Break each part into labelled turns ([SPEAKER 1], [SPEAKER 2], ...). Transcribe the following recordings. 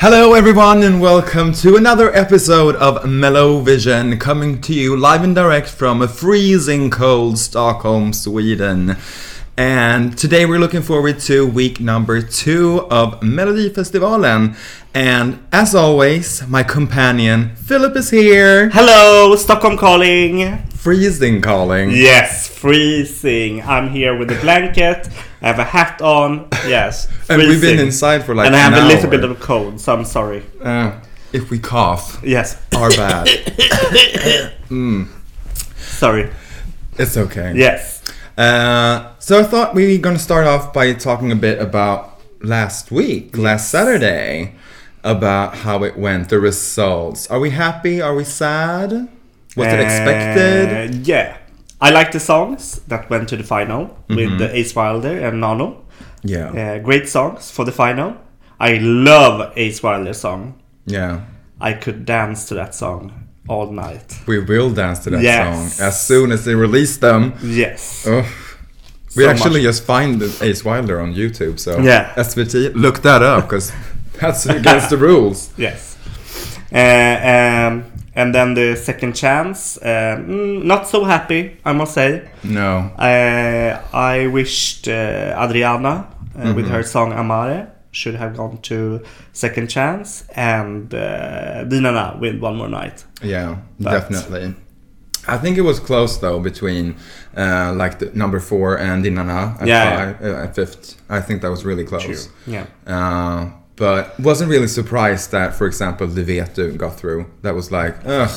[SPEAKER 1] Hello, everyone, and welcome to another episode of Mellow Vision, coming to you live and direct from a freezing cold Stockholm, Sweden. And today we're looking forward to week number two of Melodifestivalen. And as always, my companion Philip is here.
[SPEAKER 2] Hello, Stockholm calling.
[SPEAKER 1] Freezing calling.
[SPEAKER 2] Yes, freezing. I'm here with a blanket. I have a hat on. Yes,
[SPEAKER 1] And we've been
[SPEAKER 2] freezing.
[SPEAKER 1] inside for like
[SPEAKER 2] and I have
[SPEAKER 1] an
[SPEAKER 2] a little
[SPEAKER 1] hour.
[SPEAKER 2] bit of a cold, so I'm sorry.
[SPEAKER 1] Uh, if we cough,
[SPEAKER 2] Yes, oh,
[SPEAKER 1] our bad.
[SPEAKER 2] sorry.
[SPEAKER 1] It's okay.
[SPEAKER 2] Yes.
[SPEAKER 1] Uh, so I thought we were gonna start off by talking a bit about last week, last Saturday, about how it went, the results. Are we happy? Are we sad? Was it expected?
[SPEAKER 2] Uh, yeah. I like the songs that went to the final
[SPEAKER 1] Mm-hmm.
[SPEAKER 2] with the Ace Wilder and Nano.
[SPEAKER 1] Yeah. Yeah.
[SPEAKER 2] Uh, great songs for the final. I love Ace Wilder's song. I could dance to that song all night.
[SPEAKER 1] We will dance to that
[SPEAKER 2] Yes.
[SPEAKER 1] song as soon as they release them.
[SPEAKER 2] Yes.
[SPEAKER 1] Ugh. We
[SPEAKER 2] So
[SPEAKER 1] actually just find the Ace Wilder on YouTube, so
[SPEAKER 2] Yeah.
[SPEAKER 1] SVT, look that up because that's against the rules.
[SPEAKER 2] Yes. Uh, um, and then the second chance. Um, mm, not so happy, I must say.
[SPEAKER 1] No.
[SPEAKER 2] Uh, I wished uh, Adriana uh, with her song Amare should have gone to second chance and uh, Dinana with One More Night.
[SPEAKER 1] Yeah,
[SPEAKER 2] But-
[SPEAKER 1] definitely. I think it was close though between uh, like the number four and Dinana at,
[SPEAKER 2] Yeah,
[SPEAKER 1] five, uh, at fifth. I think that was really close.
[SPEAKER 2] Yeah.
[SPEAKER 1] Uh, but wasn't really surprised that, for example, Livetu got through. That was like, ugh,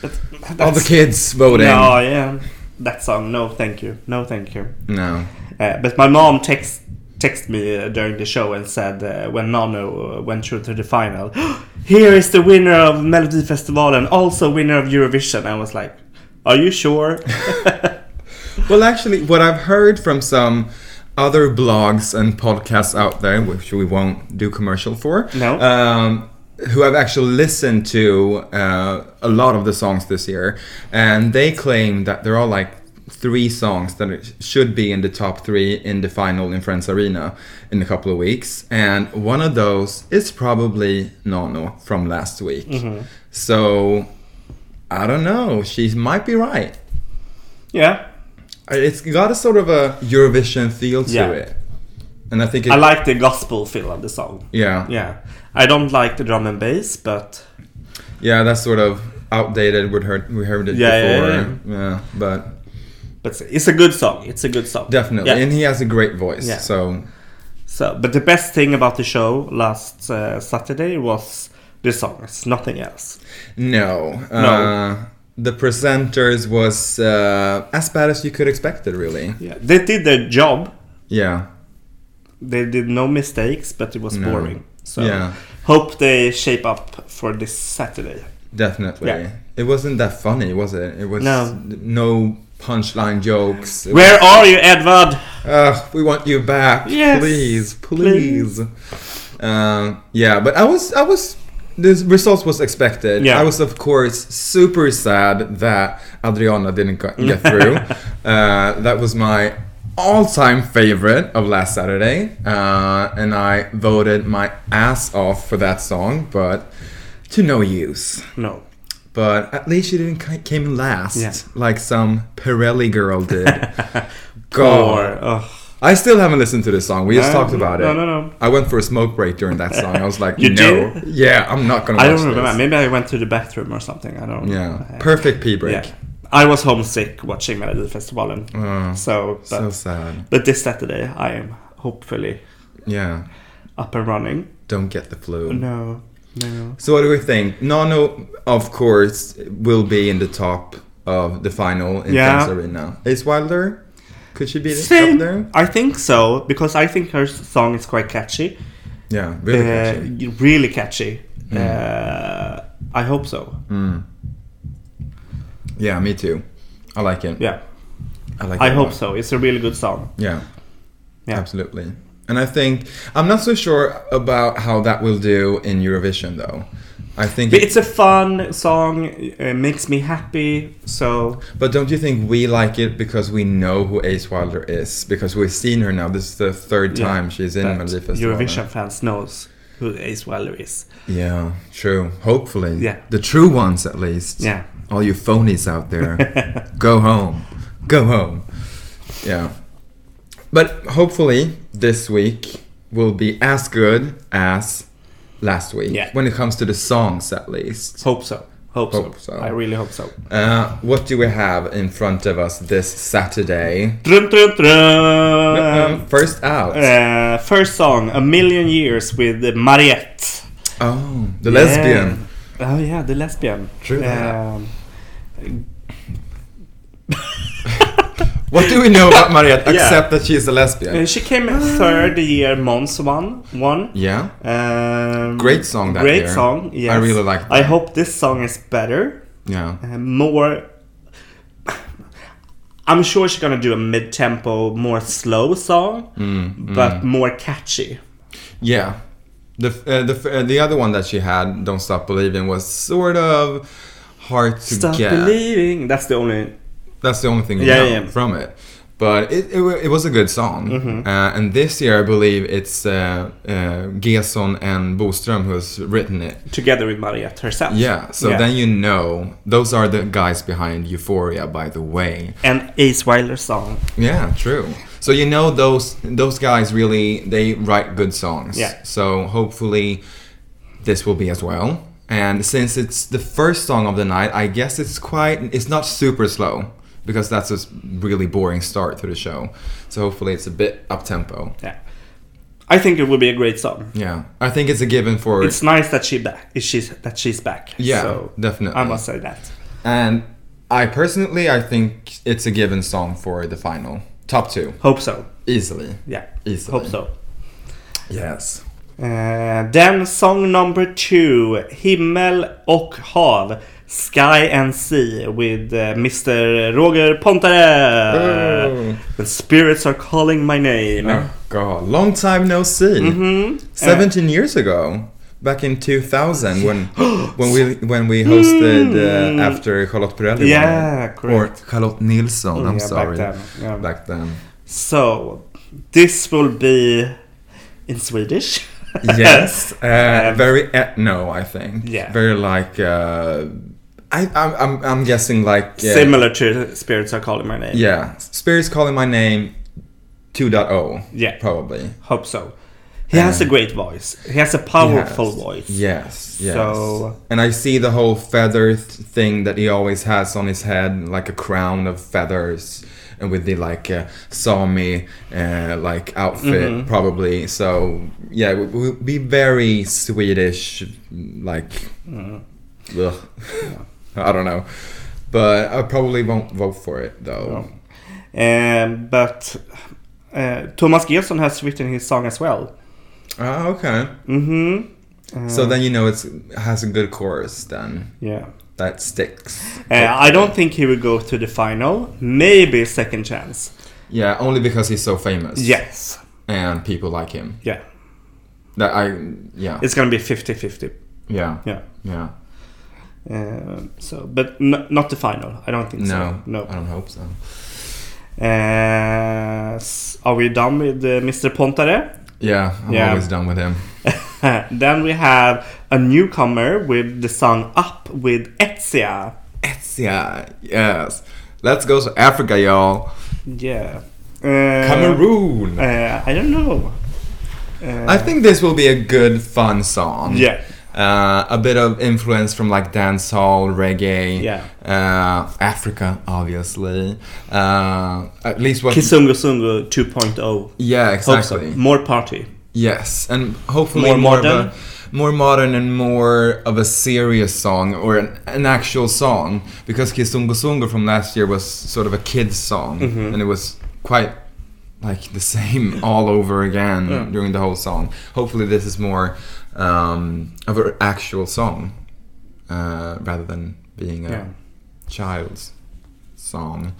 [SPEAKER 1] all the
[SPEAKER 2] That's-
[SPEAKER 1] kids voting.
[SPEAKER 2] No, oh, yeah. That song, no thank you. No thank you.
[SPEAKER 1] No.
[SPEAKER 2] Uh, but my mom text text me uh, during the show and said uh, when Nano uh, went through to the final, here is the winner of Melodifestivalen, also winner of Eurovision. I was like, are you sure?
[SPEAKER 1] Well, actually, what I've heard from some other blogs and podcasts out there, which we won't do commercial for,
[SPEAKER 2] No.
[SPEAKER 1] um, who have actually listened to uh, a lot of the songs this year, and they claim that there are like three songs that it should be in the top three in the final in Friends Arena in a couple of weeks, and one of those is probably Nono from last week. So. I don't know. She might be right.
[SPEAKER 2] yeah,
[SPEAKER 1] It's got a sort of a Eurovision feel to
[SPEAKER 2] Yeah.
[SPEAKER 1] it, and I think it,
[SPEAKER 2] I like the gospel feel of the song.
[SPEAKER 1] yeah, yeah,
[SPEAKER 2] Yeah, I don't like the drum and bass, but
[SPEAKER 1] that's sort of outdated. We heard we heard it
[SPEAKER 2] Yeah,
[SPEAKER 1] before,
[SPEAKER 2] yeah,
[SPEAKER 1] yeah, but
[SPEAKER 2] but it's a good song. It's a good song.
[SPEAKER 1] definitely,
[SPEAKER 2] Yeah.
[SPEAKER 1] and he has a great voice.
[SPEAKER 2] Yeah.
[SPEAKER 1] So
[SPEAKER 2] So, but the best thing about the show last uh, Saturday was the songs, nothing else.
[SPEAKER 1] no, Uh, the presenters was uh, as bad as you could expect it, really.
[SPEAKER 2] Yeah, they did their job.
[SPEAKER 1] Yeah,
[SPEAKER 2] they did no mistakes, but it was
[SPEAKER 1] No.
[SPEAKER 2] boring. So
[SPEAKER 1] Yeah.
[SPEAKER 2] hope they shape up for this Saturday.
[SPEAKER 1] definitely.
[SPEAKER 2] Yeah.
[SPEAKER 1] It wasn't that funny, was it? It was
[SPEAKER 2] No.
[SPEAKER 1] no punchline jokes. It
[SPEAKER 2] Where are you, Edward?
[SPEAKER 1] Ugh, we want you back.
[SPEAKER 2] Yes,
[SPEAKER 1] Please, please. Um, yeah, but I was, I was, the results was expected.
[SPEAKER 2] Yeah.
[SPEAKER 1] I was, of course, super sad that Adriana didn't go- get through. uh, that was my all-time favorite of last Saturday. Uh, and I voted my ass off for that song, but to no use.
[SPEAKER 2] No.
[SPEAKER 1] But at least she didn't ca- came last,
[SPEAKER 2] Yeah.
[SPEAKER 1] like some Pirelli girl did.
[SPEAKER 2] Or ugh.
[SPEAKER 1] I still haven't listened to this song. We just
[SPEAKER 2] No,
[SPEAKER 1] talked about
[SPEAKER 2] no,
[SPEAKER 1] it.
[SPEAKER 2] no, no.
[SPEAKER 1] I went for a smoke break during that song. I was like,
[SPEAKER 2] You
[SPEAKER 1] no.
[SPEAKER 2] did?
[SPEAKER 1] Yeah, I'm not gonna.
[SPEAKER 2] I
[SPEAKER 1] watch
[SPEAKER 2] don't remember.
[SPEAKER 1] This.
[SPEAKER 2] Maybe I went to the bathroom or something. I don't.
[SPEAKER 1] Yeah,
[SPEAKER 2] Uh,
[SPEAKER 1] perfect pee break.
[SPEAKER 2] Yeah. I was homesick watching Melodifestivalen.
[SPEAKER 1] Oh,
[SPEAKER 2] so, but,
[SPEAKER 1] so sad.
[SPEAKER 2] but this Saturday I am hopefully
[SPEAKER 1] Yeah,
[SPEAKER 2] up and running.
[SPEAKER 1] don't get the flu.
[SPEAKER 2] No, no.
[SPEAKER 1] So what do we think? Nono, of course, will be in the top of the final in
[SPEAKER 2] Yeah.
[SPEAKER 1] France Arena. Ace Wilder, could she be up
[SPEAKER 2] Same.
[SPEAKER 1] there?
[SPEAKER 2] I think so because I think her song is quite catchy.
[SPEAKER 1] Yeah, really catchy. Mm.
[SPEAKER 2] Uh, really catchy. Uh, I hope so.
[SPEAKER 1] Yeah, me too. I like it.
[SPEAKER 2] Yeah,
[SPEAKER 1] I like.
[SPEAKER 2] I
[SPEAKER 1] it a
[SPEAKER 2] hope
[SPEAKER 1] lot.
[SPEAKER 2] so. It's a really good song.
[SPEAKER 1] Yeah.
[SPEAKER 2] Yeah.
[SPEAKER 1] Absolutely. And I think I'm not so sure about how that will do in Eurovision though. I think.
[SPEAKER 2] But it's a fun song. It makes me happy. So
[SPEAKER 1] But don't you think we like it because we know who Ace Wilder is? Because we've seen her now. This is the third
[SPEAKER 2] yeah,
[SPEAKER 1] time she's in
[SPEAKER 2] but
[SPEAKER 1] Melody Festival.
[SPEAKER 2] Eurovision fans knows who Ace Wilder is.
[SPEAKER 1] Yeah, true. Hopefully.
[SPEAKER 2] Yeah.
[SPEAKER 1] The true ones, at least.
[SPEAKER 2] Yeah.
[SPEAKER 1] All you phonies out there, go home. Go home. Yeah. But hopefully, this week will be as good as last week
[SPEAKER 2] Yeah.
[SPEAKER 1] when it comes to the songs, at least.
[SPEAKER 2] Hope so. Hope,
[SPEAKER 1] Hope so.
[SPEAKER 2] so. I really hope so.
[SPEAKER 1] Uh, what do we have in front of us this Saturday?
[SPEAKER 2] Drum, drum, drum.
[SPEAKER 1] Um, First out.
[SPEAKER 2] Uh, first song, A Million Years with Mariette.
[SPEAKER 1] oh, the
[SPEAKER 2] Yeah.
[SPEAKER 1] lesbian.
[SPEAKER 2] Oh yeah, the lesbian.
[SPEAKER 1] True that.
[SPEAKER 2] Um,
[SPEAKER 1] What do we know about Mariette
[SPEAKER 2] Yeah.
[SPEAKER 1] except that she's a lesbian?
[SPEAKER 2] uh, she came third year Mons one one.
[SPEAKER 1] yeah.
[SPEAKER 2] Um,
[SPEAKER 1] Great song that
[SPEAKER 2] great
[SPEAKER 1] year.
[SPEAKER 2] song. Yes.
[SPEAKER 1] I really liked
[SPEAKER 2] I
[SPEAKER 1] that.
[SPEAKER 2] hope this song is better.
[SPEAKER 1] Yeah.
[SPEAKER 2] Uh, more. I'm sure she's gonna do a mid-tempo, more slow song,
[SPEAKER 1] Mm,
[SPEAKER 2] but more catchy.
[SPEAKER 1] Yeah. The f- uh, the f- uh, the other one that she had, "Don't Stop Believing," was sort of hard to
[SPEAKER 2] Stop
[SPEAKER 1] get.
[SPEAKER 2] believing. That's the only.
[SPEAKER 1] That's the only thing you
[SPEAKER 2] Yeah,
[SPEAKER 1] know
[SPEAKER 2] yeah, yeah.
[SPEAKER 1] from it. But it, it, wa- it was a good song.
[SPEAKER 2] Mm-hmm.
[SPEAKER 1] Uh, and this year, I believe it's uh, uh, Gesson and Boström who's written it.
[SPEAKER 2] Together with Mariette herself.
[SPEAKER 1] Yeah. So
[SPEAKER 2] Yeah.
[SPEAKER 1] then you know those are the guys behind Euphoria, by the way.
[SPEAKER 2] And Ace Wilder song.
[SPEAKER 1] Yeah, true. So you know those those guys really they write good songs.
[SPEAKER 2] Yeah.
[SPEAKER 1] So hopefully this will be as well. And since it's the first song of the night, I guess it's quite it's not super slow because that's a s- really boring start to the show. So hopefully it's a bit up tempo.
[SPEAKER 2] Yeah. I think it would be a great song.
[SPEAKER 1] Yeah. I think it's a given for
[SPEAKER 2] It's nice that she back. She's that she's back.
[SPEAKER 1] Yeah,
[SPEAKER 2] so
[SPEAKER 1] definitely.
[SPEAKER 2] I must say that.
[SPEAKER 1] and I personally I think it's a given song for the final. Top 2
[SPEAKER 2] Hope so.
[SPEAKER 1] easily.
[SPEAKER 2] Yeah.
[SPEAKER 1] Easily.
[SPEAKER 2] Hope so.
[SPEAKER 1] Yes.
[SPEAKER 2] Uh, then song number two, Himmel och hav, Sky and Sea with uh, Mr. Roger Pontare.
[SPEAKER 1] Oh.
[SPEAKER 2] The spirits are calling my name.
[SPEAKER 1] Oh god, long time no see.
[SPEAKER 2] Mhm.
[SPEAKER 1] Seventeen years ago, back in two thousand, when when we when we hosted uh, after Charlotte Perrelli, won it.
[SPEAKER 2] Mm. Yeah,
[SPEAKER 1] or
[SPEAKER 2] correct.
[SPEAKER 1] Charlotte Nilsson.
[SPEAKER 2] Yeah,
[SPEAKER 1] I'm
[SPEAKER 2] back
[SPEAKER 1] sorry,
[SPEAKER 2] then, yeah.
[SPEAKER 1] back then.
[SPEAKER 2] So this will be in Swedish.
[SPEAKER 1] Yes, uh,
[SPEAKER 2] Um,
[SPEAKER 1] very etno, I think.
[SPEAKER 2] Yeah.
[SPEAKER 1] very like. Uh, I, I'm, I'm, I'm guessing like uh,
[SPEAKER 2] Similar to Spirits Are Calling My Name.
[SPEAKER 1] Yeah, spirits calling my name, 2.0.
[SPEAKER 2] Yeah.
[SPEAKER 1] probably.
[SPEAKER 2] Hope so. He has a great voice. Uh, He has a powerful
[SPEAKER 1] Yes.
[SPEAKER 2] voice.
[SPEAKER 1] Yes, yes.
[SPEAKER 2] So-
[SPEAKER 1] and I see the whole feather th- thing that he always has on his head, like a crown of feathers, and with the like uh, Sami uh, like outfit,
[SPEAKER 2] Mm-hmm.
[SPEAKER 1] probably. So yeah, it would be very Swedish, like.
[SPEAKER 2] Mm-hmm.
[SPEAKER 1] Ugh. I don't know, but I probably won't vote for it though.
[SPEAKER 2] Um, but uh, Thomas Gilson has written his song as well.
[SPEAKER 1] Ah, okay.
[SPEAKER 2] hmm
[SPEAKER 1] so then you know it's has a good chorus then
[SPEAKER 2] Yeah.
[SPEAKER 1] that sticks.
[SPEAKER 2] Uh, I don't think he will go to the final. Maybe second chance.
[SPEAKER 1] Yeah, only because he's so famous.
[SPEAKER 2] Yes.
[SPEAKER 1] and people like him.
[SPEAKER 2] Yeah.
[SPEAKER 1] That I yeah
[SPEAKER 2] It's gonna be 50-50.
[SPEAKER 1] yeah
[SPEAKER 2] Yeah.
[SPEAKER 1] yeah.
[SPEAKER 2] Um so, but n- not the final. I don't think
[SPEAKER 1] No,
[SPEAKER 2] so. No.
[SPEAKER 1] I don't hope so.
[SPEAKER 2] Uh, s- are we done with uh, Mr. Pontare?
[SPEAKER 1] Yeah, I'm
[SPEAKER 2] Yeah.
[SPEAKER 1] always done with him.
[SPEAKER 2] then we have a newcomer with the song Up with Etzia.
[SPEAKER 1] Etzia, yes. Let's go to Africa, y'all.
[SPEAKER 2] Yeah. Uh,
[SPEAKER 1] Cameroon.
[SPEAKER 2] Uh, I don't know. Uh,
[SPEAKER 1] I think this will be a good, fun song.
[SPEAKER 2] Yeah.
[SPEAKER 1] Uh, a bit of influence from like dancehall, reggae.
[SPEAKER 2] Yeah.
[SPEAKER 1] Uh, Africa, obviously. Uh, at least what.
[SPEAKER 2] Kisungu Sungu 2.0.
[SPEAKER 1] yeah,
[SPEAKER 2] Hope
[SPEAKER 1] exactly.
[SPEAKER 2] So. oh. More party.
[SPEAKER 1] Yes, and hopefully
[SPEAKER 2] More
[SPEAKER 1] more,
[SPEAKER 2] modern?
[SPEAKER 1] of a, more modern and more of a serious song or an, an actual song because Kisungo Sungo from last year was sort of a kid's song
[SPEAKER 2] Mm-hmm.
[SPEAKER 1] and it was quite like the same all over again during the whole song. Hopefully, this is more um, of an actual song uh, rather than being a
[SPEAKER 2] Yeah.
[SPEAKER 1] child's song.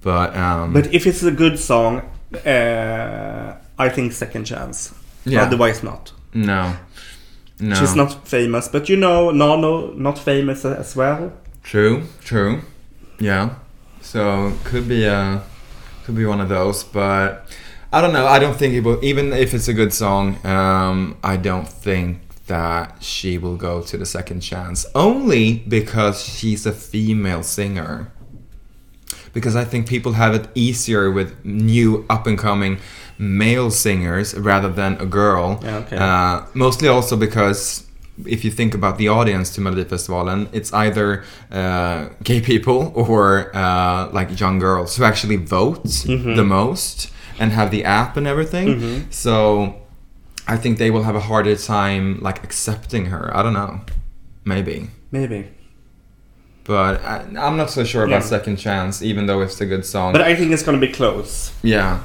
[SPEAKER 1] But, um,
[SPEAKER 2] But if it's a good song, uh, I think second chance.
[SPEAKER 1] Yeah.
[SPEAKER 2] Otherwise, not.
[SPEAKER 1] no. No.
[SPEAKER 2] She's not famous, but you know, Nano not famous as well.
[SPEAKER 1] True, true. Yeah. So could be a could be one of those, but I don't know. I don't think it will. Even if it's a good song, um, I don't think that she will go to the second chance. Only because she's a female singer. Because I think people have it easier with new up and coming male singers rather than a girl.
[SPEAKER 2] Yeah, okay.
[SPEAKER 1] Uh, mostly also because if you think about the audience to Melodifestivalen, it's either uh, gay people or uh, like young girls who actually vote
[SPEAKER 2] Mm-hmm.
[SPEAKER 1] the most and have the app and everything. So I think they will have a harder time like accepting her. I don't know, maybe.
[SPEAKER 2] Maybe.
[SPEAKER 1] But I, I'm not so sure about
[SPEAKER 2] Yeah.
[SPEAKER 1] Second Chance, even though it's a good song.
[SPEAKER 2] But I think it's gonna be close.
[SPEAKER 1] Yeah.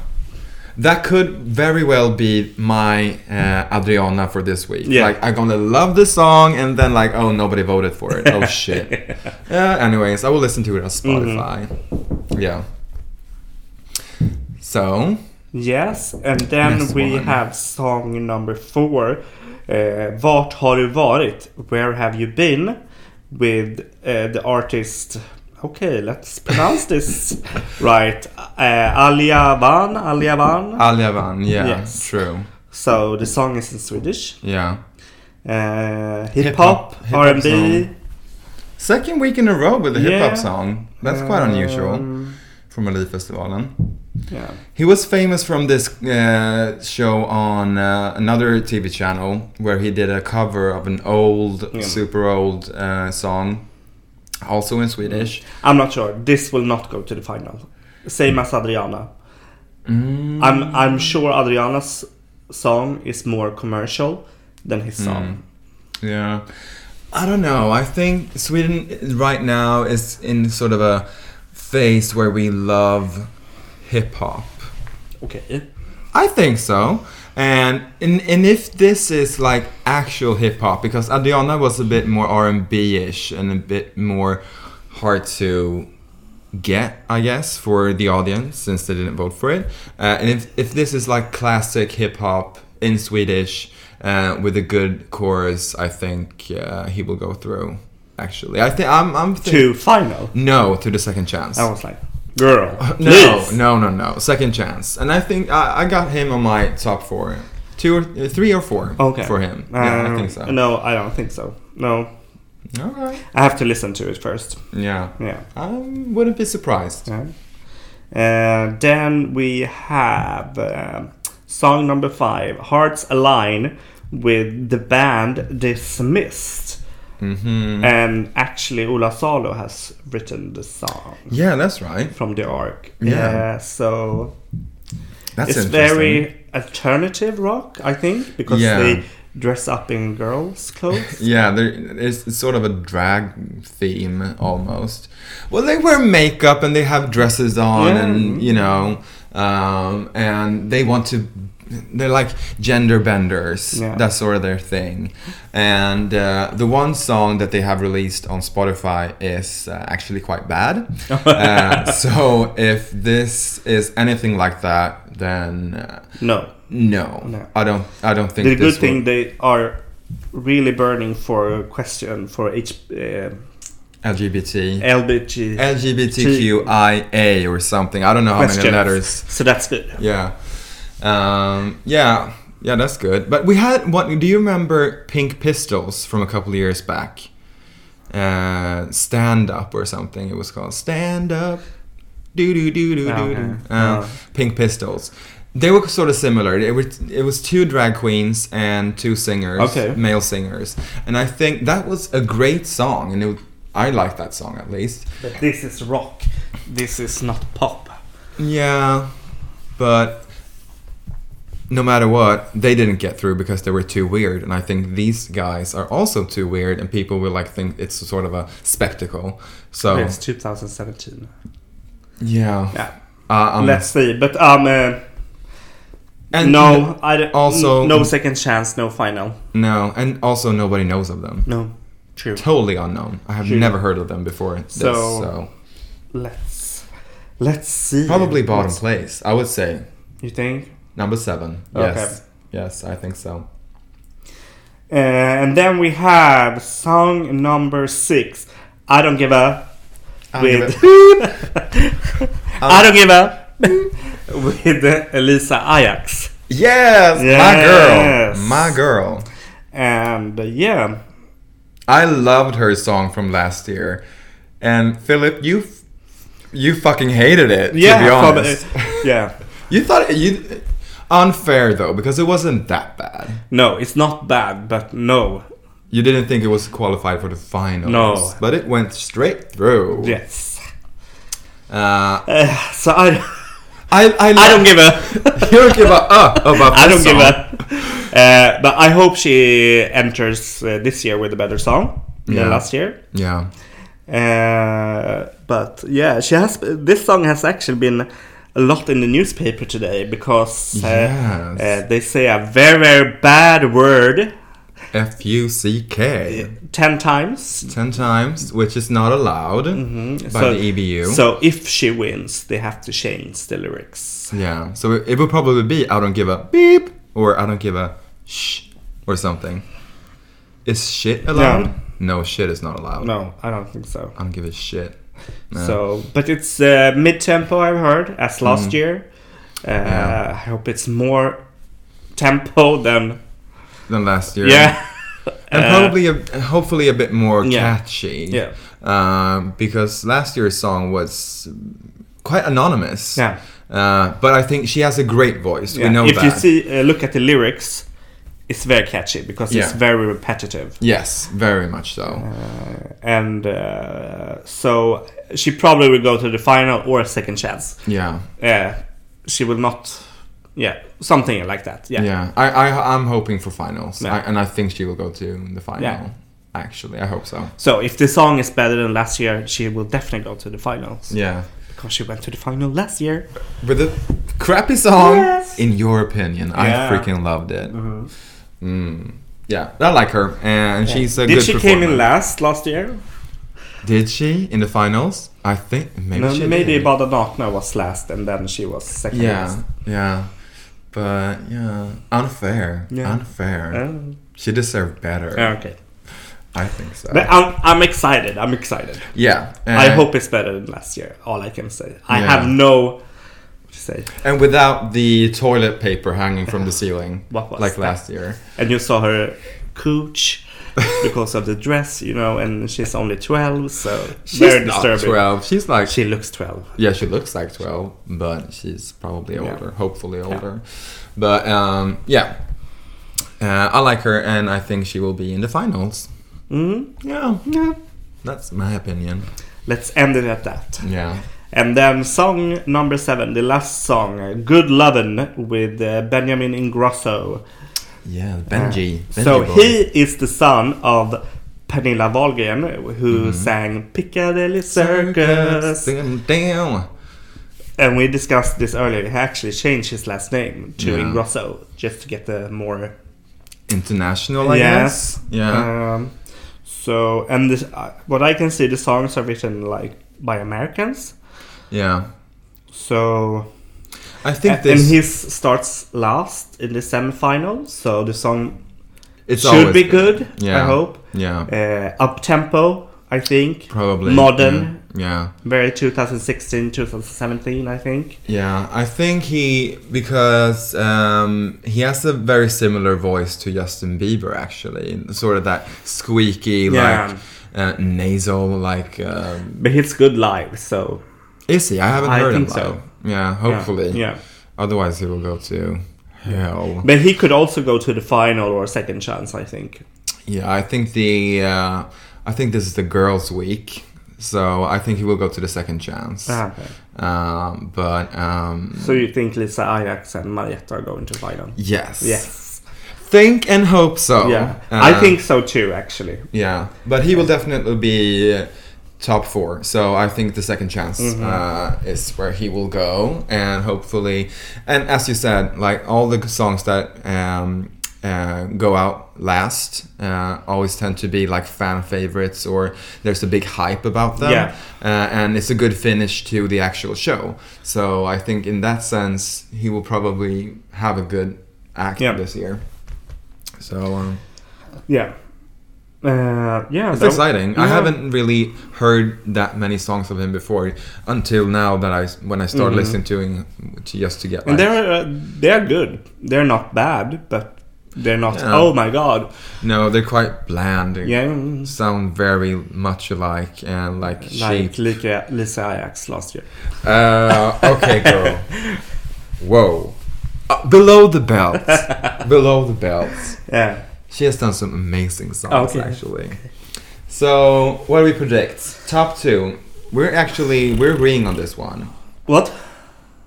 [SPEAKER 1] That could very well be my uh, Adriana for this week.
[SPEAKER 2] Yeah.
[SPEAKER 1] Like, I'm gonna love the song, and then, like, oh, nobody voted for it. Oh, shit. Yeah, anyways, I will listen to it on
[SPEAKER 2] Mm-hmm.
[SPEAKER 1] Spotify. Yeah. So,
[SPEAKER 2] Yes, and then
[SPEAKER 1] Next
[SPEAKER 2] we
[SPEAKER 1] one.
[SPEAKER 2] have song number four. Uh, Vart har du varit? Where have you been? With uh, the artist, okay, let's pronounce this right. Uh, Alia Van, Alia Van.
[SPEAKER 1] Ah. Aljavan, yeah,
[SPEAKER 2] Yes.
[SPEAKER 1] true.
[SPEAKER 2] So the song is in Swedish.
[SPEAKER 1] Yeah.
[SPEAKER 2] Uh, hip
[SPEAKER 1] Hip-hop-
[SPEAKER 2] hop,
[SPEAKER 1] hip-hop
[SPEAKER 2] R and B.
[SPEAKER 1] Second week in a row with a hip
[SPEAKER 2] Yeah. Um,
[SPEAKER 1] hop song. That's quite unusual from Melodifestivalen.
[SPEAKER 2] Yeah.
[SPEAKER 1] He was famous from this uh, show on uh, another TV channel where he did a cover of an old,
[SPEAKER 2] Yeah.
[SPEAKER 1] super old uh, song, also in Swedish.
[SPEAKER 2] I'm not sure. This will not go to the final. Same as Adriana. I'm I'm sure Adriana's song is more commercial than his
[SPEAKER 1] Hmm.
[SPEAKER 2] song.
[SPEAKER 1] Yeah. I don't know. I think Sweden right now is in sort of a phase where we love hip hop.
[SPEAKER 2] Okay.
[SPEAKER 1] I think so. And and, and if this is like actual hip hop, because Adriana was a bit more R and B ish and a bit more hard to get, I guess, for the audience since they didn't vote for it. Uh, and if if this is like classic hip hop in Swedish uh, with a good chorus, I think uh, he will go through. Actually, I think I'm. I'm think-
[SPEAKER 2] To final.
[SPEAKER 1] no to the second chance.
[SPEAKER 2] I was like, girl.
[SPEAKER 1] No,
[SPEAKER 2] please.
[SPEAKER 1] no, no, no. Second chance, and I think I, I got him on my top four, two or uh, three or four.
[SPEAKER 2] Okay.
[SPEAKER 1] For him, yeah, I
[SPEAKER 2] Um,
[SPEAKER 1] think so.
[SPEAKER 2] No, I don't think so. No.
[SPEAKER 1] Okay.
[SPEAKER 2] I have to listen to it first.
[SPEAKER 1] Yeah,
[SPEAKER 2] Yeah.
[SPEAKER 1] I wouldn't be surprised.
[SPEAKER 2] Yeah. Uh, then we have um song number five, Hearts Align, with the band Dismissed.
[SPEAKER 1] hmm
[SPEAKER 2] And actually, Ola Salo has written the song
[SPEAKER 1] Yeah, that's right.
[SPEAKER 2] from the Ark.
[SPEAKER 1] Yeah.
[SPEAKER 2] Uh, so
[SPEAKER 1] That's
[SPEAKER 2] it's
[SPEAKER 1] interesting.
[SPEAKER 2] very alternative rock, I think, because
[SPEAKER 1] Yeah.
[SPEAKER 2] they dress up in girls' clothes.
[SPEAKER 1] Yeah, there, it's, it's sort of a drag theme almost. Well, they wear makeup and they have dresses on,
[SPEAKER 2] Yeah.
[SPEAKER 1] and you know, um, and they want to. They're like gender benders.
[SPEAKER 2] Yeah.
[SPEAKER 1] That's sort of their thing. And uh, the one song that they have released on Spotify is uh, actually quite bad. uh, so if this is anything like that, then uh,
[SPEAKER 2] no.
[SPEAKER 1] no,
[SPEAKER 2] No.
[SPEAKER 1] I don't. I don't think.
[SPEAKER 2] The
[SPEAKER 1] this
[SPEAKER 2] good
[SPEAKER 1] will-
[SPEAKER 2] thing they are really burning for a question for H, uh,
[SPEAKER 1] LGBT.
[SPEAKER 2] LBG.
[SPEAKER 1] LGBTQIA or something. I don't know how many
[SPEAKER 2] questions.
[SPEAKER 1] letters.
[SPEAKER 2] So that's good.
[SPEAKER 1] Yeah. Um, yeah. Yeah, that's good. But we had what? Do you remember Pink Pistols from a couple of years back? Uh, stand up or something. It was called Stand Up. Do do do do do
[SPEAKER 2] Okay.
[SPEAKER 1] do. Uh,
[SPEAKER 2] Oh.
[SPEAKER 1] Pink Pistols. They were sort of similar. It was it was two drag queens and two singers,
[SPEAKER 2] Okay.
[SPEAKER 1] male singers, and I think that was a great song. And it, I like that song at least.
[SPEAKER 2] But this is rock. This is not pop.
[SPEAKER 1] Yeah, but no matter what, they didn't get through because they were too weird, and I think these guys are also too weird, and people will like think it's sort of a spectacle. So
[SPEAKER 2] It's 2017.
[SPEAKER 1] yeah,
[SPEAKER 2] Yeah.
[SPEAKER 1] Uh, um,
[SPEAKER 2] Let's see. But um, uh,
[SPEAKER 1] and
[SPEAKER 2] no, I don't-
[SPEAKER 1] also-
[SPEAKER 2] no second chance, no final.
[SPEAKER 1] no, and also nobody knows of them.
[SPEAKER 2] No, true.
[SPEAKER 1] Totally unknown. I have
[SPEAKER 2] True.
[SPEAKER 1] never heard of them before. This, so,
[SPEAKER 2] So- Let's let's see.
[SPEAKER 1] probably bottom
[SPEAKER 2] Let's-
[SPEAKER 1] place. I would say
[SPEAKER 2] You think?
[SPEAKER 1] number seven. Yes, yes, I think so.
[SPEAKER 2] Uh, and then we have song number six. I don't give a.
[SPEAKER 1] I don't
[SPEAKER 2] with
[SPEAKER 1] give
[SPEAKER 2] I don't give a. with uh, Elisa Ajax.
[SPEAKER 1] Yes,
[SPEAKER 2] Yes.
[SPEAKER 1] my girl, my girl.
[SPEAKER 2] And uh, yeah,
[SPEAKER 1] I loved her song from last year, and Philip, you, f- you fucking hated it.
[SPEAKER 2] yeah,
[SPEAKER 1] to be
[SPEAKER 2] from, uh,
[SPEAKER 1] honest.
[SPEAKER 2] yeah.
[SPEAKER 1] you thought it, you unfair though because it wasn't that bad.
[SPEAKER 2] No, it's not bad, but no.
[SPEAKER 1] You didn't think it was qualified for the finals.
[SPEAKER 2] No.
[SPEAKER 1] but it went straight through.
[SPEAKER 2] Yes.
[SPEAKER 1] Uh,
[SPEAKER 2] Uh, so I.
[SPEAKER 1] I, I,
[SPEAKER 2] I don't
[SPEAKER 1] love-
[SPEAKER 2] give a.
[SPEAKER 1] You don't give a uh about
[SPEAKER 2] I
[SPEAKER 1] this
[SPEAKER 2] don't give
[SPEAKER 1] song.
[SPEAKER 2] a. Uh, but I hope she enters uh, this year with a better song
[SPEAKER 1] Yeah.
[SPEAKER 2] than last year.
[SPEAKER 1] Yeah.
[SPEAKER 2] Uh, but yeah, she has. This song has actually been a lot in the newspaper today because uh,
[SPEAKER 1] Yes.
[SPEAKER 2] uh, they say a very very bad word eh,
[SPEAKER 1] F U C K.
[SPEAKER 2] ten times.
[SPEAKER 1] Ten times, which is not allowed by
[SPEAKER 2] Mm-hmm. So-
[SPEAKER 1] the E EBU.
[SPEAKER 2] So if she wins, they have to change the lyrics.
[SPEAKER 1] Yeah, so it, it would probably be I don't give a beep or I don't give a shh or something. Is shit allowed? No, shit is not allowed.
[SPEAKER 2] No, I don't think so.
[SPEAKER 1] I don't give a shit. No.
[SPEAKER 2] So, but it's uh, mid tempo. I've heard as last year. Uh,
[SPEAKER 1] Mm. Yeah.
[SPEAKER 2] I hope it's more tempo than
[SPEAKER 1] than last year.
[SPEAKER 2] yeah.
[SPEAKER 1] and
[SPEAKER 2] Uh,
[SPEAKER 1] probably a, hopefully a bit more
[SPEAKER 2] Yeah.
[SPEAKER 1] catchy.
[SPEAKER 2] Yeah.
[SPEAKER 1] Um, because last year's song was quite anonymous.
[SPEAKER 2] Yeah.
[SPEAKER 1] Uh, but I think she has a great voice.
[SPEAKER 2] yeah.
[SPEAKER 1] We know
[SPEAKER 2] if
[SPEAKER 1] that.
[SPEAKER 2] you see uh, look at the lyrics, it's very catchy because it's
[SPEAKER 1] Yeah.
[SPEAKER 2] very repetitive.
[SPEAKER 1] yes, very much so.
[SPEAKER 2] Uh, and uh, so she probably will go to the final or a second chance.
[SPEAKER 1] Yeah.
[SPEAKER 2] Uh, she will not. Yeah, something like that. Yeah.
[SPEAKER 1] Yeah, I, I I'm hoping for finals,
[SPEAKER 2] Yeah.
[SPEAKER 1] I, and I think she will go to the final.
[SPEAKER 2] Yeah.
[SPEAKER 1] Actually, I hope so.
[SPEAKER 2] So if the song is better than last year, she will definitely go to the finals
[SPEAKER 1] Yeah,
[SPEAKER 2] because she went to the final last year.
[SPEAKER 1] with a crappy song,
[SPEAKER 2] Yes.
[SPEAKER 1] in your opinion,
[SPEAKER 2] Yeah.
[SPEAKER 1] I freaking loved it. Mm. Yeah, I like her, and she's a
[SPEAKER 2] Did
[SPEAKER 1] good.
[SPEAKER 2] she came in
[SPEAKER 1] performer.
[SPEAKER 2] last last year?
[SPEAKER 1] Did she in the finals? I think maybe.
[SPEAKER 2] No,
[SPEAKER 1] she
[SPEAKER 2] maybe
[SPEAKER 1] did.
[SPEAKER 2] Bada Nakna was last, and then she was second.
[SPEAKER 1] Yeah,
[SPEAKER 2] last.
[SPEAKER 1] yeah, but yeah, unfair.
[SPEAKER 2] Yeah.
[SPEAKER 1] Unfair.
[SPEAKER 2] Oh,
[SPEAKER 1] She deserved better.
[SPEAKER 2] okay,
[SPEAKER 1] I think so.
[SPEAKER 2] but I'm, I'm excited. I'm excited.
[SPEAKER 1] yeah,
[SPEAKER 2] I
[SPEAKER 1] and-
[SPEAKER 2] hope it's better than last year. All I can say. I
[SPEAKER 1] Yeah.
[SPEAKER 2] have no what to say.
[SPEAKER 1] And without the toilet paper hanging from the ceiling,
[SPEAKER 2] What was
[SPEAKER 1] like
[SPEAKER 2] that?
[SPEAKER 1] last year.
[SPEAKER 2] And you saw her cooch because of the dress, you know, and she's only twelve, so very
[SPEAKER 1] not
[SPEAKER 2] disturbing.
[SPEAKER 1] twelve. She's like
[SPEAKER 2] She looks twelve.
[SPEAKER 1] yeah, she looks like twelve, but she's probably
[SPEAKER 2] Yeah.
[SPEAKER 1] older, hopefully older. But um, yeah, uh, I like her, and I think she will be in the finals.
[SPEAKER 2] hmm
[SPEAKER 1] Yeah,
[SPEAKER 2] Yeah.
[SPEAKER 1] that's my opinion.
[SPEAKER 2] Let's end it at that.
[SPEAKER 1] Yeah,
[SPEAKER 2] And then song number seven, the last song, "Good Lovin'" with uh, Benjamin Ingrosso.
[SPEAKER 1] yeah, Benji. Benji
[SPEAKER 2] so
[SPEAKER 1] boy.
[SPEAKER 2] he is the son of Pernilla Wahlgren,
[SPEAKER 1] Mm-hmm.
[SPEAKER 2] who sang Piccadilly Circus.
[SPEAKER 1] Damn, damn.
[SPEAKER 2] And we discussed this earlier. He actually changed his last name to
[SPEAKER 1] Yeah.
[SPEAKER 2] Ingrosso just to get the more.
[SPEAKER 1] international. I
[SPEAKER 2] yes.
[SPEAKER 1] guess. Yeah.
[SPEAKER 2] Um, so and this, uh, what I can see, the songs are written like by Americans.
[SPEAKER 1] yeah.
[SPEAKER 2] So
[SPEAKER 1] I think
[SPEAKER 2] and
[SPEAKER 1] this.
[SPEAKER 2] his starts last in the semifinal, so the song
[SPEAKER 1] it's
[SPEAKER 2] should
[SPEAKER 1] always
[SPEAKER 2] be
[SPEAKER 1] been-
[SPEAKER 2] good.
[SPEAKER 1] Yeah.
[SPEAKER 2] I hope.
[SPEAKER 1] Yeah.
[SPEAKER 2] Uh, up tempo, I think.
[SPEAKER 1] Probably
[SPEAKER 2] modern.
[SPEAKER 1] Yeah. yeah.
[SPEAKER 2] Very 2016, 2017, I think.
[SPEAKER 1] Yeah, I think he because um, he has a very similar voice to Justin Bieber, actually, sort of that squeaky,
[SPEAKER 2] Yeah.
[SPEAKER 1] like uh, nasal, like. Um,
[SPEAKER 2] But he's good live, so
[SPEAKER 1] is he? I haven't
[SPEAKER 2] I
[SPEAKER 1] heard him.
[SPEAKER 2] think so.
[SPEAKER 1] live. Yeah,
[SPEAKER 2] yeah,
[SPEAKER 1] hopefully.
[SPEAKER 2] yeah.
[SPEAKER 1] Otherwise, he will go to hell.
[SPEAKER 2] But he could also go to the final or second chance, I think.
[SPEAKER 1] Yeah, I think the uh, I think this is the girls' week, so I think he will go to the second chance.
[SPEAKER 2] Ah, okay.
[SPEAKER 1] Um, but um,
[SPEAKER 2] So you think Lisa Ajax and Marietta are going to final?
[SPEAKER 1] yes,
[SPEAKER 2] Yes.
[SPEAKER 1] think and hope so.
[SPEAKER 2] yeah, I
[SPEAKER 1] Um,
[SPEAKER 2] think so too, actually.
[SPEAKER 1] Yeah, but he will definitely be uh, top four. So I think the second chance
[SPEAKER 2] Mm-hmm.
[SPEAKER 1] uh, is where he will go, and hopefully, and as you said, like all the songs that um, uh, go out last uh, always tend to be like fan favorites, or there's a big hype about them,
[SPEAKER 2] Yeah.
[SPEAKER 1] uh, and it's a good finish to the actual show. So I think in that sense, he will probably have a good act
[SPEAKER 2] Yeah.
[SPEAKER 1] this year. So um,
[SPEAKER 2] Yeah. Uh, yeah.
[SPEAKER 1] It's
[SPEAKER 2] that-
[SPEAKER 1] exciting. I
[SPEAKER 2] yeah.
[SPEAKER 1] haven't really heard that many songs of him before until now that I when I started
[SPEAKER 2] Mhm.
[SPEAKER 1] listening to him to just to get
[SPEAKER 2] And
[SPEAKER 1] like,
[SPEAKER 2] they're uh, they're good. They're not bad, but they're not.
[SPEAKER 1] Yeah.
[SPEAKER 2] Oh my god.
[SPEAKER 1] no, they're quite bland. They
[SPEAKER 2] Yeah.
[SPEAKER 1] Sound very much alike and like cheap.
[SPEAKER 2] Like Lika, Lisa Ajax last year.
[SPEAKER 1] Uh, okay, girl. Whoa. Uh, below the belt. below the belt.
[SPEAKER 2] Yeah.
[SPEAKER 1] She has done some amazing songs
[SPEAKER 2] Okay.
[SPEAKER 1] actually. So what do we predict? Top two. We're actually we're agreeing on this one.
[SPEAKER 2] What?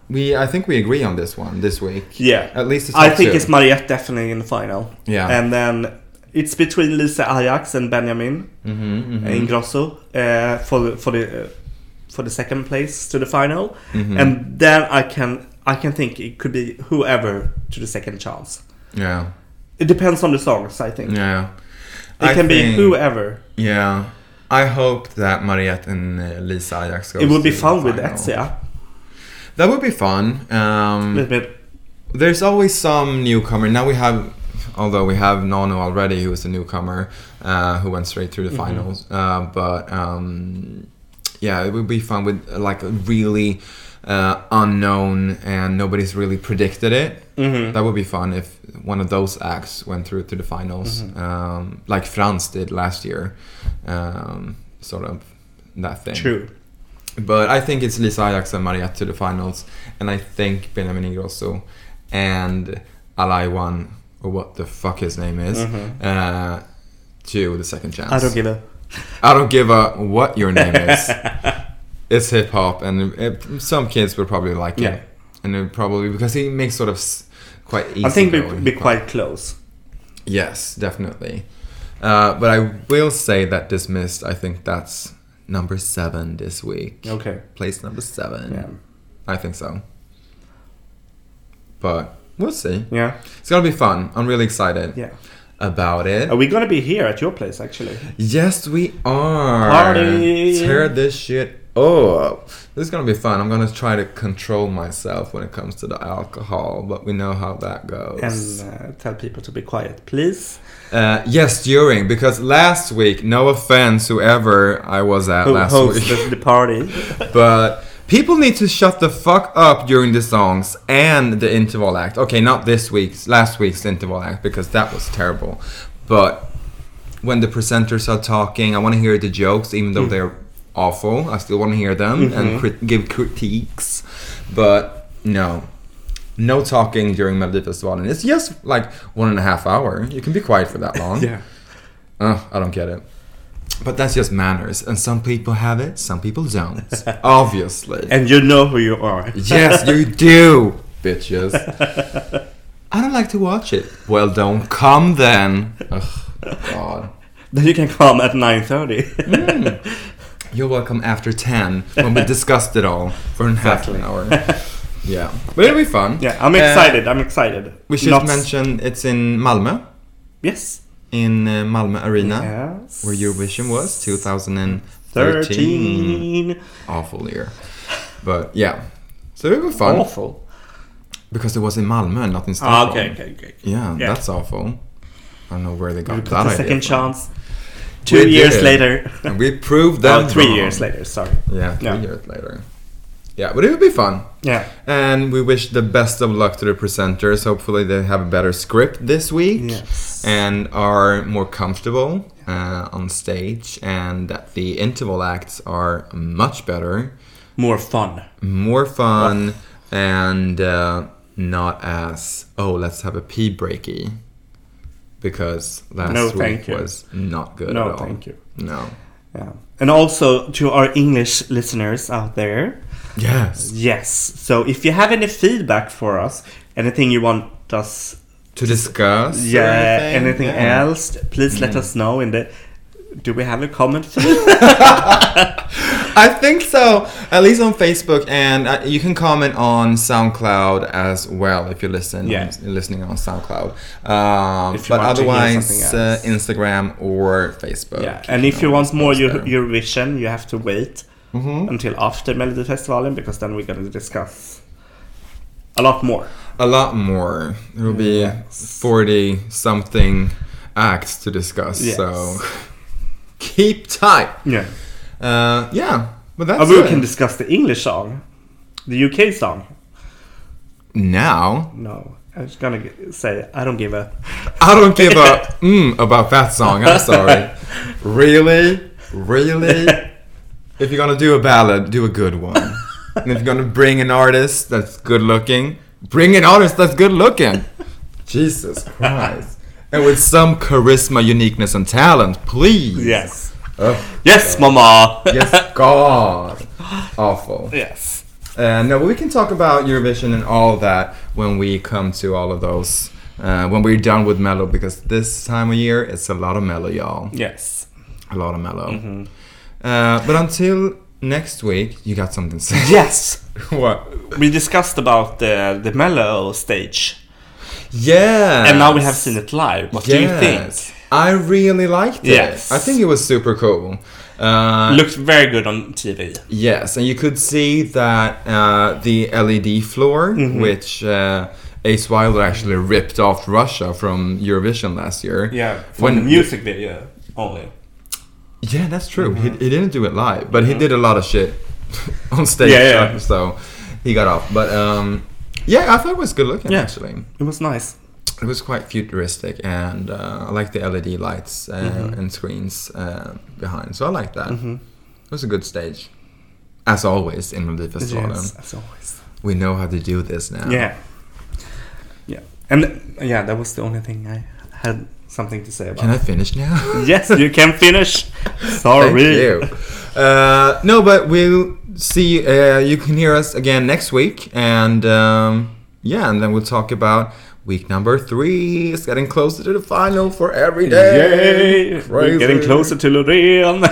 [SPEAKER 1] We I think we agree on this one this week.
[SPEAKER 2] Yeah.
[SPEAKER 1] At least the top
[SPEAKER 2] I think
[SPEAKER 1] two.
[SPEAKER 2] it's Mariette definitely in the final.
[SPEAKER 1] Yeah.
[SPEAKER 2] And then it's between Lisa Ajax and Benjamin
[SPEAKER 1] Mhm, mhm.
[SPEAKER 2] Ingrosso uh, for the, for the uh, for the second place to the final.
[SPEAKER 1] Mhm.
[SPEAKER 2] And then I can I can think it could be whoever to the second chance.
[SPEAKER 1] Yeah.
[SPEAKER 2] It depends on the songs, I think.
[SPEAKER 1] Yeah.
[SPEAKER 2] It can be whoever.
[SPEAKER 1] Yeah. I hope that Mariette and uh, Lisa Ajax goes
[SPEAKER 2] It would be
[SPEAKER 1] to the
[SPEAKER 2] fun with
[SPEAKER 1] final.
[SPEAKER 2] Ezia.
[SPEAKER 1] That would be fun. Um,
[SPEAKER 2] Little bit.
[SPEAKER 1] There's always some newcomer. Now we have, although we have Nono already, who is a newcomer, uh, who went straight through the finals. Uh, but um, yeah, it would be fun with uh, like a really uh, unknown and nobody's really predicted it.
[SPEAKER 2] Mhm.
[SPEAKER 1] That would be fun if one of those acts went through to the finals, um, like Franz did last year. Um, sort of that thing.
[SPEAKER 2] True.
[SPEAKER 1] But I think it's Lisa Ajax and Mariette to the finals, and I think Benjamin Ingrosso and Alai Wan, or what the fuck his name is, uh, to the second chance.
[SPEAKER 2] Mm-hmm. I don't give a.
[SPEAKER 1] I don't give a what your name is. it's hip hop, and it, some kids would probably like
[SPEAKER 2] Yeah.
[SPEAKER 1] it, and it probably because he makes sort of s- quite easy.
[SPEAKER 2] I think
[SPEAKER 1] going.
[SPEAKER 2] be, be quite close.
[SPEAKER 1] Yes, definitely. Uh, but I will say that dismissed. I think that's number seven this week.
[SPEAKER 2] Okay.
[SPEAKER 1] Place number seven.
[SPEAKER 2] Yeah.
[SPEAKER 1] I think so. But we'll see.
[SPEAKER 2] Yeah.
[SPEAKER 1] It's gonna be fun. I'm really excited
[SPEAKER 2] Yeah. Oh.
[SPEAKER 1] about it.
[SPEAKER 2] Are we gonna be here at your place actually?
[SPEAKER 1] yes, we are.
[SPEAKER 2] Party.
[SPEAKER 1] Tear this shit up. This is gonna be fun. I'm gonna try to control myself when it comes to the alcohol, but we know how that goes.
[SPEAKER 2] And uh, tell people to be quiet, please.
[SPEAKER 1] Uh, yes, during because last week, no offense, whoever I was at
[SPEAKER 2] Who
[SPEAKER 1] last
[SPEAKER 2] hosts
[SPEAKER 1] week,
[SPEAKER 2] the, the party?
[SPEAKER 1] but people need to shut the fuck up during the songs and the interval act. Okay, not this week's, last week's interval act because that was terrible. But when the presenters are talking, I want to hear the jokes, even though they're awful. I still want to hear them and crit- give critiques, but no. No talking during Melody Festival, and it's just like one and a half hour. You can be quiet for that long. Ugh, Uh, I don't get it. But that's just manners, and some people have it, some people don't. Obviously.
[SPEAKER 2] And you know who you are.
[SPEAKER 1] yes, you do, bitches. I don't like to watch it. Well, don't come then. Ugh, God.
[SPEAKER 2] Then you can come at nine thirty.
[SPEAKER 1] Hmm. You're welcome after 10 when we discussed it all for an half an hour. Yeah. But it'll be fun.
[SPEAKER 2] yeah, I'm
[SPEAKER 1] Uh,
[SPEAKER 2] excited. I'm excited.
[SPEAKER 1] we should
[SPEAKER 2] Lots-
[SPEAKER 1] mention it's in Malmö,
[SPEAKER 2] yes.
[SPEAKER 1] in uh, Malmö Arena,
[SPEAKER 2] Yes.
[SPEAKER 1] where Eurovision was 2013.
[SPEAKER 2] Thirteen.
[SPEAKER 1] awful year. But yeah. So it was fun
[SPEAKER 2] Awful.
[SPEAKER 1] because it was in Malmö and not in Stockholm.
[SPEAKER 2] Ah, okay, okay, okay.
[SPEAKER 1] Yeah,
[SPEAKER 2] Yeah.
[SPEAKER 1] that's awful. I don't know where they got
[SPEAKER 2] We
[SPEAKER 1] that
[SPEAKER 2] got the
[SPEAKER 1] idea.
[SPEAKER 2] second
[SPEAKER 1] from.
[SPEAKER 2] chance. Two
[SPEAKER 1] We
[SPEAKER 2] years
[SPEAKER 1] did.
[SPEAKER 2] later.
[SPEAKER 1] And we proved
[SPEAKER 2] Oh,
[SPEAKER 1] them
[SPEAKER 2] three
[SPEAKER 1] wrong.
[SPEAKER 2] years later. Sorry.
[SPEAKER 1] Yeah, three
[SPEAKER 2] Yeah.
[SPEAKER 1] years later. Yeah, but it would be fun.
[SPEAKER 2] Yeah.
[SPEAKER 1] And we wish the best of luck to the presenters. Hopefully, they have a better script this week
[SPEAKER 2] Yes.
[SPEAKER 1] and are more comfortable uh, on stage, and that the interval acts are much better
[SPEAKER 2] More fun.
[SPEAKER 1] more fun and uh, not as oh let's have a pee breaky because last
[SPEAKER 2] No,
[SPEAKER 1] week
[SPEAKER 2] thank you.
[SPEAKER 1] was not good
[SPEAKER 2] No,
[SPEAKER 1] at all.
[SPEAKER 2] thank you.
[SPEAKER 1] No.
[SPEAKER 2] Yeah. And also to our English listeners out there.
[SPEAKER 1] Yes.
[SPEAKER 2] Yes. So if you have any feedback for us, anything you want us
[SPEAKER 1] To discuss. or
[SPEAKER 2] yeah, anything
[SPEAKER 1] Yeah.
[SPEAKER 2] else, please let us know in the do we have a comment
[SPEAKER 1] I think so. At least on Facebook, and uh, you can comment on SoundCloud as well if you listen.
[SPEAKER 2] Yeah.
[SPEAKER 1] on- listening on SoundCloud. Um,
[SPEAKER 2] If you
[SPEAKER 1] but
[SPEAKER 2] want to hear
[SPEAKER 1] otherwise,
[SPEAKER 2] something
[SPEAKER 1] uh,
[SPEAKER 2] else.
[SPEAKER 1] Instagram or Facebook.
[SPEAKER 2] Yeah, and if you want
[SPEAKER 1] always
[SPEAKER 2] more
[SPEAKER 1] post
[SPEAKER 2] Eu-
[SPEAKER 1] there.
[SPEAKER 2] Eurovision, you have to wait
[SPEAKER 1] Mm-hmm.
[SPEAKER 2] until after Melodifestivalen because then we're going to discuss a lot more.
[SPEAKER 1] A lot more. It will be 40 something acts to discuss.
[SPEAKER 2] Yes.
[SPEAKER 1] So keep tight.
[SPEAKER 2] Yeah.
[SPEAKER 1] Uh, yeah, but
[SPEAKER 2] Uh,
[SPEAKER 1] that's
[SPEAKER 2] we
[SPEAKER 1] it.
[SPEAKER 2] can discuss the English song, the UK song.
[SPEAKER 1] now.
[SPEAKER 2] No, I was gonna g- say I don't give a.
[SPEAKER 1] I don't give a mm about that song. I'm sorry. really, really. If you're gonna do a ballad, do a good one. And if you're gonna bring an artist that's good looking, bring an artist that's good looking. Jesus Christ. And with some charisma, uniqueness, and talent, please.
[SPEAKER 2] Yes.
[SPEAKER 1] Oh,
[SPEAKER 2] Yes, mama.
[SPEAKER 1] yes, God. Awful.
[SPEAKER 2] yes.
[SPEAKER 1] Uh, no, but we can talk about Eurovision and all that when we come to all of those. Uh, when we're done with mellow, because this time of year it's a lot of mellow, y'all.
[SPEAKER 2] Yes.
[SPEAKER 1] A lot of mellow.
[SPEAKER 2] Mm-hmm.
[SPEAKER 1] Uh, but until next week, you got something to say.
[SPEAKER 2] Yes.
[SPEAKER 1] what?
[SPEAKER 2] We discussed about the the mellow stage,
[SPEAKER 1] Yeah.
[SPEAKER 2] and now we have seen it live. What do you think?
[SPEAKER 1] I really liked it.
[SPEAKER 2] Yes.
[SPEAKER 1] I think it was super cool. Uh,
[SPEAKER 2] Looked very good on TV.
[SPEAKER 1] Yes, and you could see that uh, the LED floor,
[SPEAKER 2] Mm-hmm.
[SPEAKER 1] which uh, Ace Wilder actually ripped off Russia from Eurovision last year.
[SPEAKER 2] From music video only.
[SPEAKER 1] Yeah, that's true. He,
[SPEAKER 2] Mm-hmm.
[SPEAKER 1] he didn't do it live, but he did a lot of shit on stage.
[SPEAKER 2] Yeah, yeah.
[SPEAKER 1] uh, So he got off. But um, yeah, I thought it was good looking
[SPEAKER 2] Yeah.
[SPEAKER 1] actually.
[SPEAKER 2] It was nice.
[SPEAKER 1] It was quite futuristic, and uh, I like the LED lights uh,
[SPEAKER 2] Mm-hmm.
[SPEAKER 1] and screens uh, behind. So I like that. It was a good stage, as always in the festival.
[SPEAKER 2] Yes, as always.
[SPEAKER 1] We know how to do this now.
[SPEAKER 2] Yeah. Yeah. And uh, yeah, that was the only thing I had something to say about.
[SPEAKER 1] Can I finish now?
[SPEAKER 2] yes, you can finish. Sorry.
[SPEAKER 1] Thank you. Uh, no, but we'll see. Uh, you can hear us again next week, and um, yeah, and then we'll talk about week number three. It's getting closer to the final for every day.
[SPEAKER 2] Yay!
[SPEAKER 1] Crazy.
[SPEAKER 2] We're getting closer to Loreen.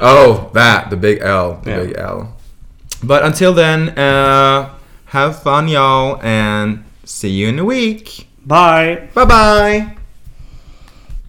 [SPEAKER 1] Oh, that the big L, the
[SPEAKER 2] Yeah.
[SPEAKER 1] big L. But until then, uh, have fun, y'all, and see you in a week.
[SPEAKER 2] Bye.
[SPEAKER 1] Bye bye.